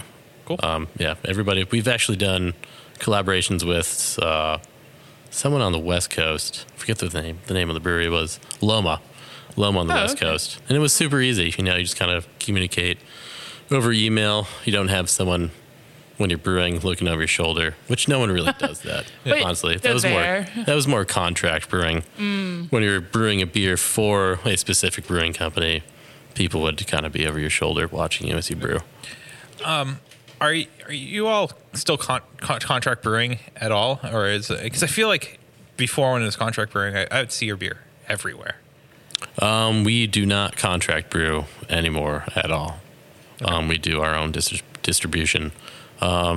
Cool. Um, yeah, everybody. We've actually done collaborations with uh, someone on the West Coast. I forget the name. The name of the brewery was Loma. Loma on the Oh, West okay. Coast, and it was super easy. You know, you just kind of communicate over email. You don't have someone when you're brewing looking over your shoulder, which no one really does that. But honestly, that they're was more there. Mm. that was more contract brewing. When you're brewing a beer for a specific brewing company, people would kind of be over your shoulder watching you as you brew. Are y- are you all still con- con- contract brewing at all, or is because I feel like before when it was contract brewing, I, I would see your beer everywhere. Um, we do not contract brew anymore at all. Um, we do our own dis- distribution. Um,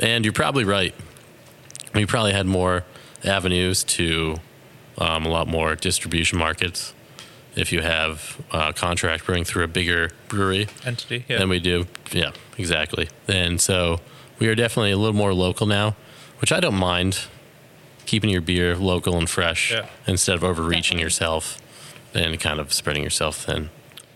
and you're probably right. We probably had more avenues to um, a lot more distribution markets if you have uh, contract brewing through a bigger brewery Entity. Yeah. than we do. Yeah, exactly. And so we are definitely a little more local now, which I don't mind keeping your beer local and fresh Yeah. instead of overreaching Definitely. yourself and kind of spreading yourself thin.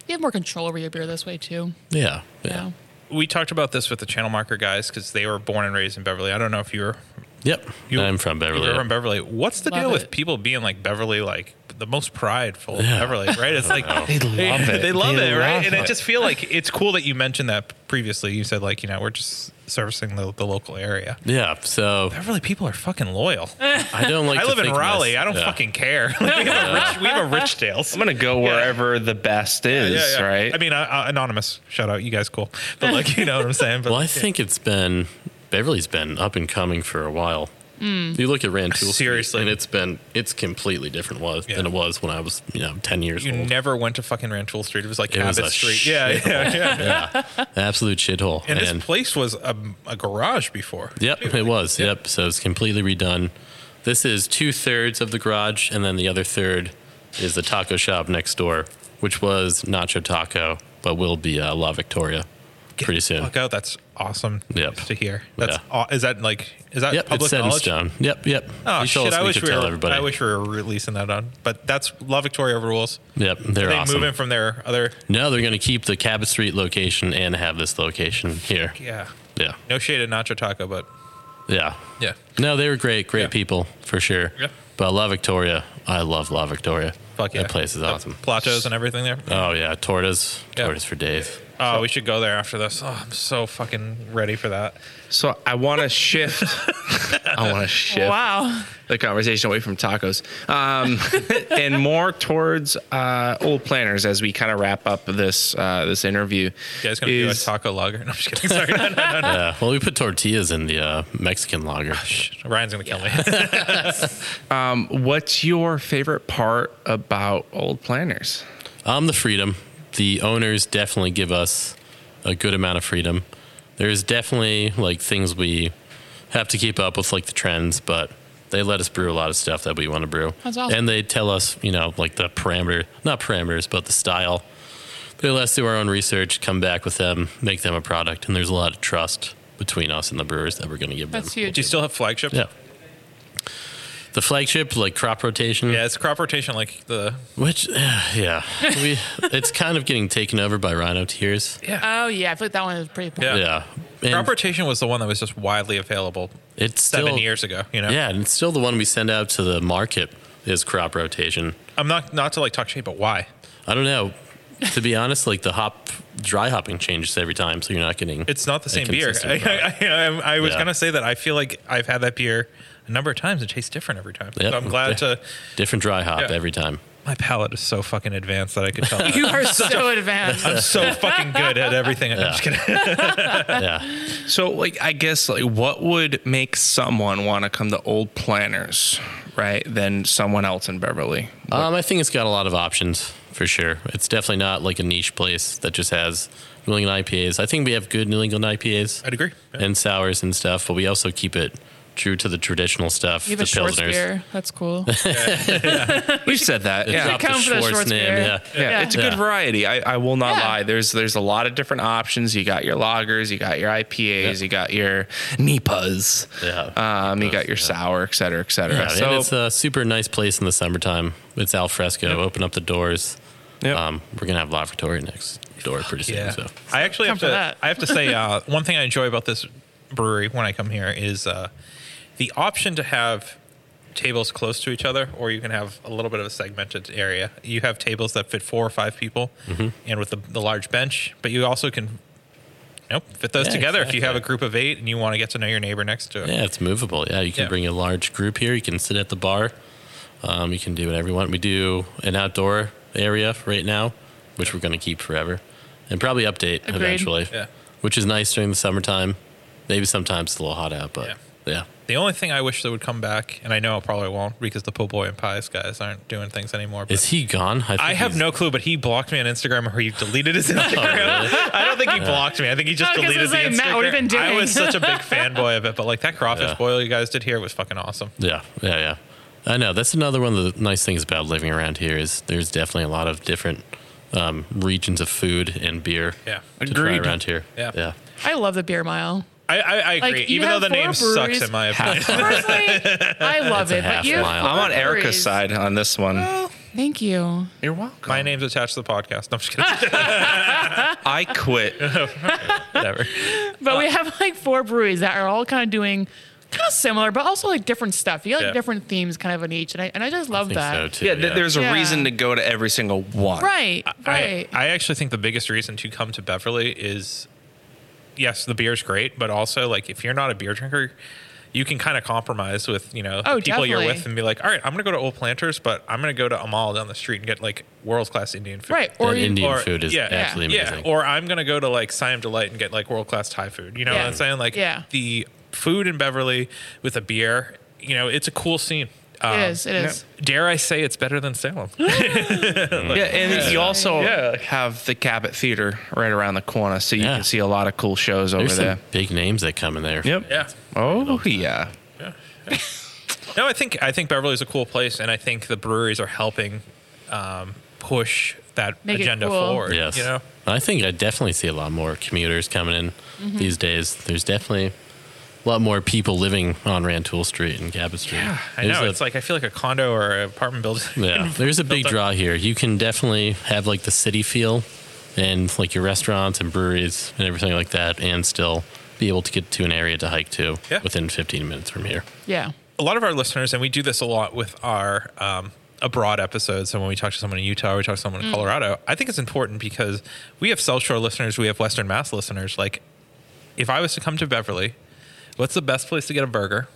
You have more control over your beer this way too. Yeah. Yeah. Yeah. we talked about this with the channel marker guys because they were born and raised in Beverly. I don't know if you were Yep. you, I'm from Beverly. You're from Beverly. What's the Love deal with it. people being like Beverly, like the most prideful Yeah. Beverly, right? It's like they love it. They love They it, right? love And I it. just feel like it's cool that you mentioned that previously. You said like you know we're just servicing the, the local area. yeah. So Beverly people are fucking loyal. I don't like I to live in think of Raleigh. mys- I don't yeah. fucking care. Like, we, have a rich, we have a rich tales. I'm gonna go wherever the best is, right? I mean, uh, uh, anonymous. Shout out, you guys, cool. But like, you know what I'm saying. But Well, I think it's been, Beverly's been up and coming for a while. You look at Rantoul Street, Seriously. and it's been it's completely different was Yeah. than it was when I was you know ten years you old. never went to fucking Rantoul Street. It was like It was Cabot a Street. Yeah, shithole. yeah, yeah. absolute shithole. And, this place was a, a garage before. Yep, it was. Yep. So it's completely redone. This is two thirds of the garage, and then the other third is the taco shop next door, which was Nacho Taco, but will be uh, La Victoria pretty soon. Fuck out. That's awesome. Yep. To hear. That's Yeah. aw- is that like is that Yep, it's public set knowledge? in stone. Yep, yep. Oh You told shit! us I we wish could we tell were. everybody. I wish we were releasing that on. But that's La Victoria rules. Yep, they're They awesome. move in from their other. No, they're going to keep the Cabot Street location and have this location here. Yeah. Yeah, No shade at Nacho Taco, but yeah. yeah. No, they were great, great Yeah. people for sure. Yeah. But La Victoria, I love La Victoria. Fuck yeah. That place is The awesome. Plateaus and everything there. Oh yeah, tortas, Yeah. tortas for days. Oh, we should go there after this. Oh, I'm so fucking ready for that. so I want to shift. I want to shift Wow. the conversation away from tacos um, and more towards uh, old planners as we kind of wrap up this uh, this interview. You guys gonna do a Is- taco lager? No, I'm just kidding. Sorry. No, no, no. Yeah. Well, we put tortillas in the uh, Mexican lager. Ah, Ryan's gonna kill me. What's your favorite part about old planners? Um, the freedom. The owners definitely give us a good amount of freedom. There's definitely like things we have to keep up with, like the trends, but They let us brew a lot of stuff that we want to brew. That's awesome. And they tell us, you know, like the parameter, not parameters, but the style. They let us do our own research, come back with them, make them a product. And there's a lot of trust between us and the brewers that we're going to give That's them. huge. Do you still have flagship? Yeah. The flagship, like crop rotation. Yeah, it's crop rotation like the Which, uh, yeah. we, it's kind of getting taken over by rhino tears. Oh yeah, I feel like that one is pretty. Yeah. Yeah. And crop rotation was the one that was just widely available it's still, seven years ago. You know, Yeah, and it's still the one we send out to the market is crop rotation. I'm not not to like talk shit, but why? I don't know. to be honest, like the hop dry hopping changes every time, so you're not getting It's not the a same beer. I, consistent product. I, I, I was Yeah. gonna say that I feel like I've had that beer a number of times. It tastes different every time. Yep. So I'm glad to. different dry hop Yeah. every time. My palate is so fucking advanced that I could tell. that. You are so advanced. I'm so fucking good at everything. I'm just kidding. Yeah. So, like, I guess, like, what would make someone want to come to Old Planners, right, than someone else in Beverly? Um, I think it's got a lot of options for sure. It's definitely not like a niche place that just has New England IPAs. I think we have good New England IPAs I'd agree. Yeah. and sours and stuff, but we also keep it true to the traditional stuff, you have the a Schwartz pilsners. beer. That's cool. We said that. Yeah. Yeah. Drop the come for the Schwartz Schwartz name, beer. yeah. Yeah, it's a good Yeah. variety. I, I will not Yeah. lie. There's there's a lot of different options. You got your lagers, you got your IPAs, you got your NEPAs, Yeah. um, you got your sour, et cetera, et cetera. Yeah, so and it's uh, a super nice place in the summertime. It's al fresco. Open up the doors. Yep. Um, we're gonna have lavatory next door pretty soon. Yeah. So I actually have Come to. for that. I have to say uh, one thing I enjoy about this brewery when I come here is uh, the option to have tables close to each other, or you can have a little bit of a segmented area. You have tables that fit four or five people, and with the, the large bench, but you also can. Nope, fit those Yeah, together if you have a exactly. group of eight and you want to get to know your neighbor next to it. yeah, it's movable. Yeah, you can Yeah. bring a large group here. You can sit at the bar. Um, you can do whatever you want. We do an outdoor area right now, which we're gonna keep forever, and probably update Agreed. eventually. Yeah. Which is nice during the summertime. Maybe sometimes it's a little hot out, but Yeah. yeah. The only thing I wish that would come back, and I know it probably won't because the po' boy and pies guys aren't doing things anymore. But Is he gone? think I have he's- no clue, but he blocked me on Instagram or he deleted his Instagram. I don't think he blocked me. I think he just No, 'cause deleted it's the like, Instagram. Matt, what have you been I doing? was such a big fanboy of it, but like that crawfish Yeah. boil you guys did here was fucking awesome. Yeah, yeah, yeah. I know. That's another one of the nice things about living around here is there's definitely a lot of different um, regions of food and beer. Yeah. to Agreed. try around here. Yeah. yeah. I love the beer mile. I, I, I agree, Like, you even though have the four name sucks breweries. in my opinion. Personally, I love it. half But you have mile. four I'm on Erica's breweries. side on this one. Thank you. You're welcome. my name's attached to the podcast. No, I'm just kidding. I quit. Whatever. But we have like four breweries that are all kind of doing kind of similar, but also like different stuff. You got like Yeah. different themes kind of in each. And I, and I just I love think that. so too. yeah, th- there's a Yeah. reason to go to every single one. Right, I, right. I actually think the biggest reason to come to Beverly is yes, the beer's great, but also like if you're not a beer drinker, you can kind of compromise with, you know, the Oh, people you're definitely. with and be like, all right, I'm going to go to Old Planters, but I'm going to go to Amal down the street and get like world class Indian food. right. That Or you, Indian or- food is yeah, absolutely yeah. amazing. Or I'm going to go to like Siam Delight and get like world class Thai food. You know Yeah. what I'm saying? Like Yeah. the food in Beverly with a beer, you know, it's a cool scene. Um, it is. It is. Dare I say it's better than Salem? Yeah, and you also Yeah. have the Cabot Theater right around the corner, so you Yeah. can see a lot of cool shows over there's some there. big names that come in there. Yep. yeah. Oh yeah. No, I think I think Beverly's a cool place, and I think the breweries are helping um, push that Make it agenda cool. forward. Yes. you know, I think I definitely see a lot more commuters coming in Mm-hmm. these days. There's definitely a lot more people living on Rantoul Street and Cabot Street. Yeah, I know it's like I feel like a condo or an apartment building. Yeah, there's a big draw here. You can definitely have like the city feel and like your restaurants and breweries and everything like that, and still be able to get to an area to hike to Yeah. within 15 minutes from here. Yeah. a lot of our listeners, and we do this a lot with our um, abroad episodes. So when we talk to someone in Utah, we talk to someone in Colorado. I think it's important because we have South Shore listeners, we have Western Mass listeners. Like, if I was to come to Beverly, what's the best place to get a burger?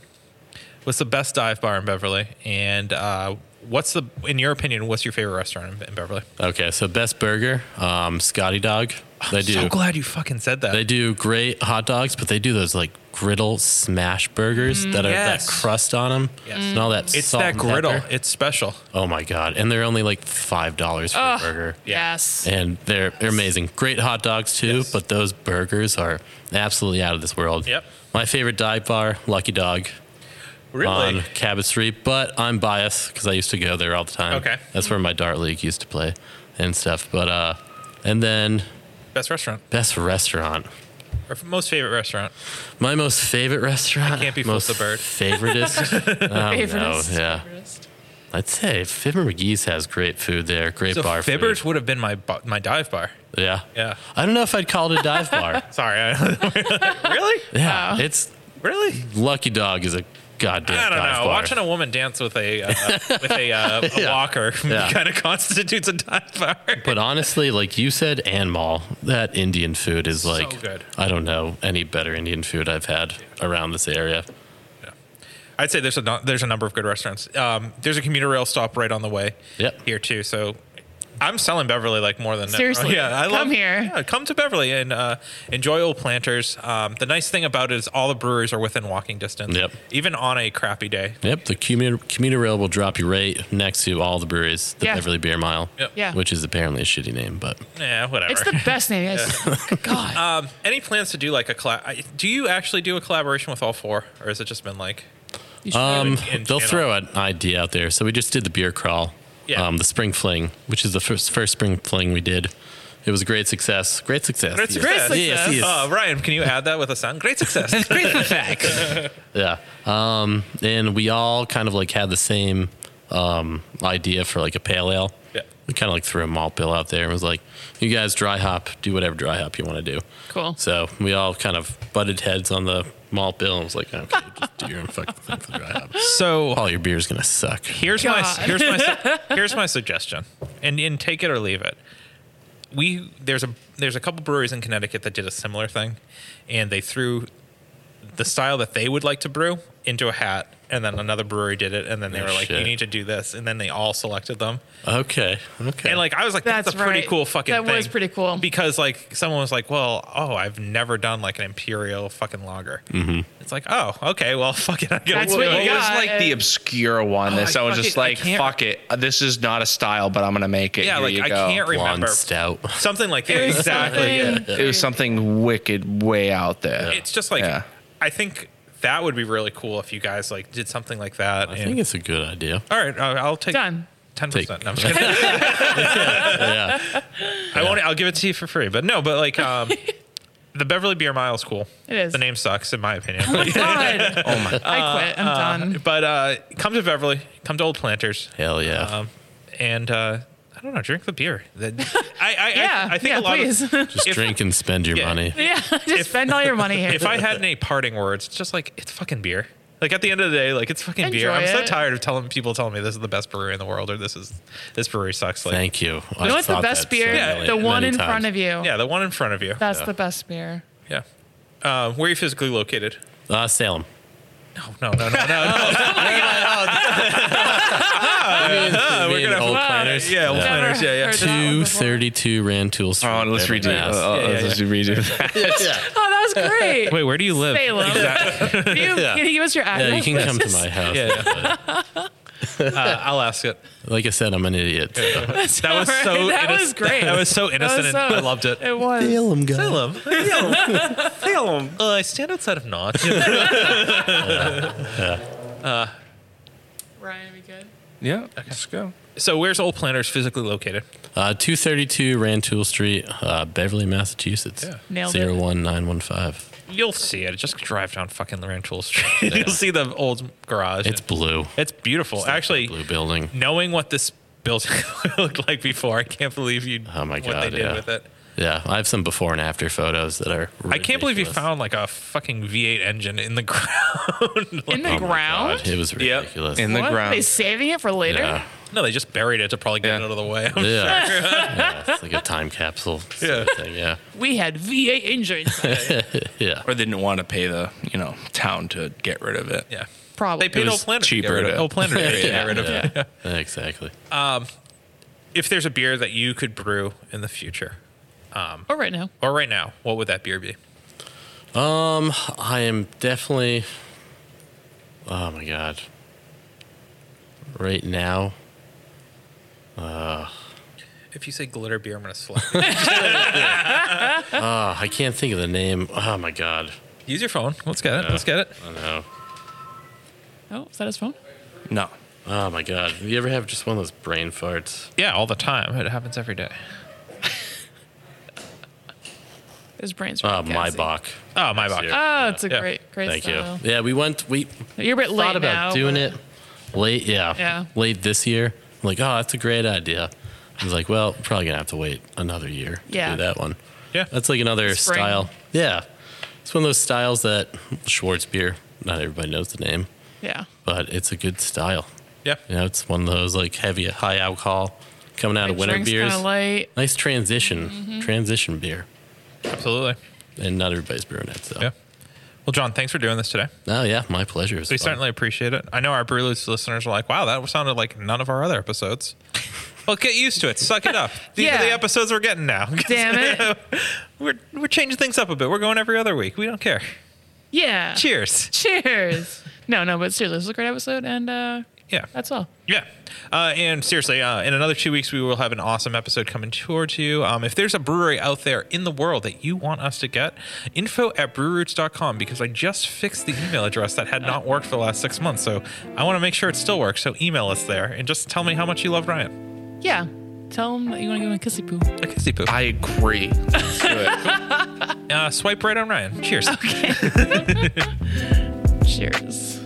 What's the best dive bar in Beverly? And uh, what's the, in your opinion, what's your favorite restaurant in, in Beverly? Okay, so best burger, um, Scotty Dog. They do So glad you fucking said that. they do great hot dogs, but they do those like griddle smash burgers that are Mm, Yes. that crust on them Yes. and all that. it's salt that and griddle. pepper. It's special. Oh my god! And they're only like five dollars for a burger. Yes. and they're they're amazing. Great hot dogs too, Yes. but those burgers are absolutely out of this world. Yep. My favorite dive bar, Lucky Dog. Really? on Cabot Street, but I'm biased because I used to go there all the time. Okay. That's where my dart league used to play and stuff. But uh, and then Best restaurant best restaurant. or f- most favorite restaurant? My most favorite restaurant. I can't be most Flip the Bird. Favoritist. I don't know. Favoritist. Yeah. Favoritist. I'd say Fibber McGee's has great food there. Great So bar Fibbers food. would have been my bu- my dive bar. Yeah. Yeah. I don't know if I'd call it a dive bar. Sorry. I- really? Yeah. It's Really? Lucky Dog is a goddamn I don't dive know. bar. Watching a woman dance with a uh, with a, uh, a walker Yeah. kind of constitutes a dive bar. But honestly, like you said, and mall, that Indian food is like, good. I don't know any better Indian food I've had around this area. I'd say there's a nu- there's a number of good restaurants. Um, there's a commuter rail stop right on the way. Yep. Here too. So I'm selling Beverly like more than Seriously, Yeah, I come love, here. Yeah, come to Beverly and uh, enjoy Old Planters. Um, the nice thing about it is all the breweries are within walking distance. Yep. Even on a crappy day. Yep. The commuter, commuter rail will drop you right next to all the breweries, the Yeah. Beverly Beer Mile, Yep. Yeah. which is apparently a shitty name, but Yeah, whatever. It's the best name. Yes. God. um, any plans to do like a collab? Do you actually do a collaboration with all four, or has it just been like? You should Um, like, in they'll general. throw an idea out there. So we just did the beer crawl, Yeah. um, the spring fling, which is the first first spring fling we did. It was a great success. Great success. Great yes. success. Yes, yes. Uh, Ryan, can you add that with a sound? Great success. Yeah. Um, and we all kind of like had the same um, idea for like a pale ale. Yeah. We kind of like threw a malt bill out there and was like, you guys dry hop, do whatever dry hop you want to do. Cool. So we all kind of butted heads on the malt bill and was like, okay, just do your own fucking thing for dry hop. so All your beer's going to suck. Here's God. my here's my su- here's my suggestion, and and take it or leave it. We there's a there's a couple breweries in Connecticut that did a similar thing, and they threw the style that they would like to brew into a hat, and then another brewery did it, and then they Oh, were like, "You shit. need to do this," and then they all selected them. Okay. Okay. And like I was like, "That's, That's a pretty right. cool fucking That thing." was pretty cool. because like someone was like, "Well, oh, I've never done like an imperial fucking lager." Mm-hmm. It's like, "Oh, okay, well, fuck it, I gotta That's do what it." you It was got. like the obscure one that I someone was just fucking- I like, can't- Oh, fuck it. Uh, This is not a style, but I'm going to make it. Yeah, Here like you I go." can't Blonde remember stout. something like that. It was exactly. yeah. something It was something wicked way out there. It's just like Yeah. I think that would be really cool if you guys like did something like that. I and- think it's a good idea. all right. I'll, I'll take Done. ten percent. Take- No, I'm just kidding. Yeah. I won't. I'll give it to you for free. But no. But like um, the Beverly Beer Mile is cool. It is. The name sucks in my opinion. God. oh my. I quit. I'm done. but uh, come to Beverly. Come to Old Planters. Hell yeah. Um, and uh, I don't know. Drink the beer. The- I, I, Yeah, I, I think yeah, a lot please. of Just if- drink and spend your Yeah. money. Yeah, just spend all your money here. if I had any parting words, it's just like it's fucking beer. Like at the end of the day, like it's fucking beer. Enjoy I'm so it. tired of telling people telling me this is the best brewery in the world or this is this brewery sucks. Like Thank you. you know what's the best beer? the one in front of you. yeah, the one in front of you. That's the best beer. yeah. Uh, where are you physically located? Uh, Salem. Oh, no, no, no, no, no. Uh, we're gonna- old Wow. planners. yeah, old Never planners. Yeah, yeah. heard that one Two before. thirty-two Rantoul Street. Oh, and let's redo Beverly, that. Mass. Uh, Yeah, yeah, let's redo that. Oh, that was great. Wait, where do you live? Salem. Can, you, can you give us your address? Yeah, you can come to my house. Yeah, yeah. uh, I'll ask it. Like I said, I'm an idiot. so. That was so. That innoc- was great. That was so innocent, was and so- I loved it. It was. Salem. Salem. Uh, I stand outside of Notch. Ryan, we good? yeah, let's go. so, where's Old Planners physically located? Uh, Two thirty-two Rantoul Street, uh, Beverly, Massachusetts. Nailed it. Zero one nine one five. You'll see it. Just drive down fucking Laurential Street. You'll see the old garage. It's blue. it's beautiful. Actually, blue building. knowing what this building looked like before, I can't believe you. Oh my What God, they did yeah. with it. Yeah, I have some before and after photos that are. I can't believe you ridiculous. found like a fucking V8 engine in the ground. In the Oh my ground? God, it was ridiculous. In the What? Are ground. they saving it for later? yeah, no, they just buried it to probably get it Yeah. out of the way. yeah. Yeah, It's like a time capsule. sort of Yeah. thing, yeah. We had V8 engines. Yeah. Or they didn't want to pay the, you know, town to get rid of it. yeah. Probably. They paid was Old Planet. to get cheaper rid of- to- Old Planet. to get rid of it. Yeah. Exactly. If there's a beer that you could brew in the future Oh, right now. or right now, what would that beer be? Um, I am definitely. Oh my god. Right now, If you say glitter beer, I'm gonna slap. you. oh, I can't think of the name. Oh my god. Use your phone. Let's get it. Let's get it. I don't know. Oh, is that his phone? No. Oh my god! You ever have just one of those brain farts? Yeah, all the time. It happens every day. His brain's. Oh, really my gassy. Bach. Oh, my bad. Oh, it's a Yeah. great, great. Thank style. you. Yeah, we went. We You're a bit late thought about now, doing but- it late. Yeah, Yeah. late this year. I'm like, oh, that's a great idea. I was like, well, probably gonna have to wait another year to Yeah. do that one. Yeah. that's like another Spring. style. Yeah, it's one of those styles that Schwartz beer. Not everybody knows the name, Yeah. but it's a good style. Yeah. You know, it's one of those like heavy, high alcohol coming out of winter Drinks Mm-hmm. beers. Kind of light. Nice transition, transition beer, Absolutely. and not everybody's brewing it. So, Yeah. Well, John, thanks for doing this today. oh yeah, my pleasure. It was We fun. certainly appreciate it. I know our Brew Loose listeners are like, wow, that sounded like none of our other episodes. well, get used to it. Suck it up. These Yeah. are the episodes we're getting now. Damn it. we're, we're changing things up a bit. We're going every other week. We don't care. Yeah. Cheers. Cheers. No, no, but seriously, this was a great episode, and uh, Yeah. that's all. Yeah. Uh, and seriously, uh, in another two weeks, we will have an awesome episode coming towards you. Um, if there's a brewery out there in the world that you want us to get, info at brewroots.com because I just fixed the email address that had not worked for the last six months. So I want to make sure it still works. So email us there and just tell me how much you love Ryan. Yeah. Tell them that you want to give them a kissy poo. A kissy poop. I agree. Let's do it. Uh, swipe right on Ryan. Cheers. Cheers.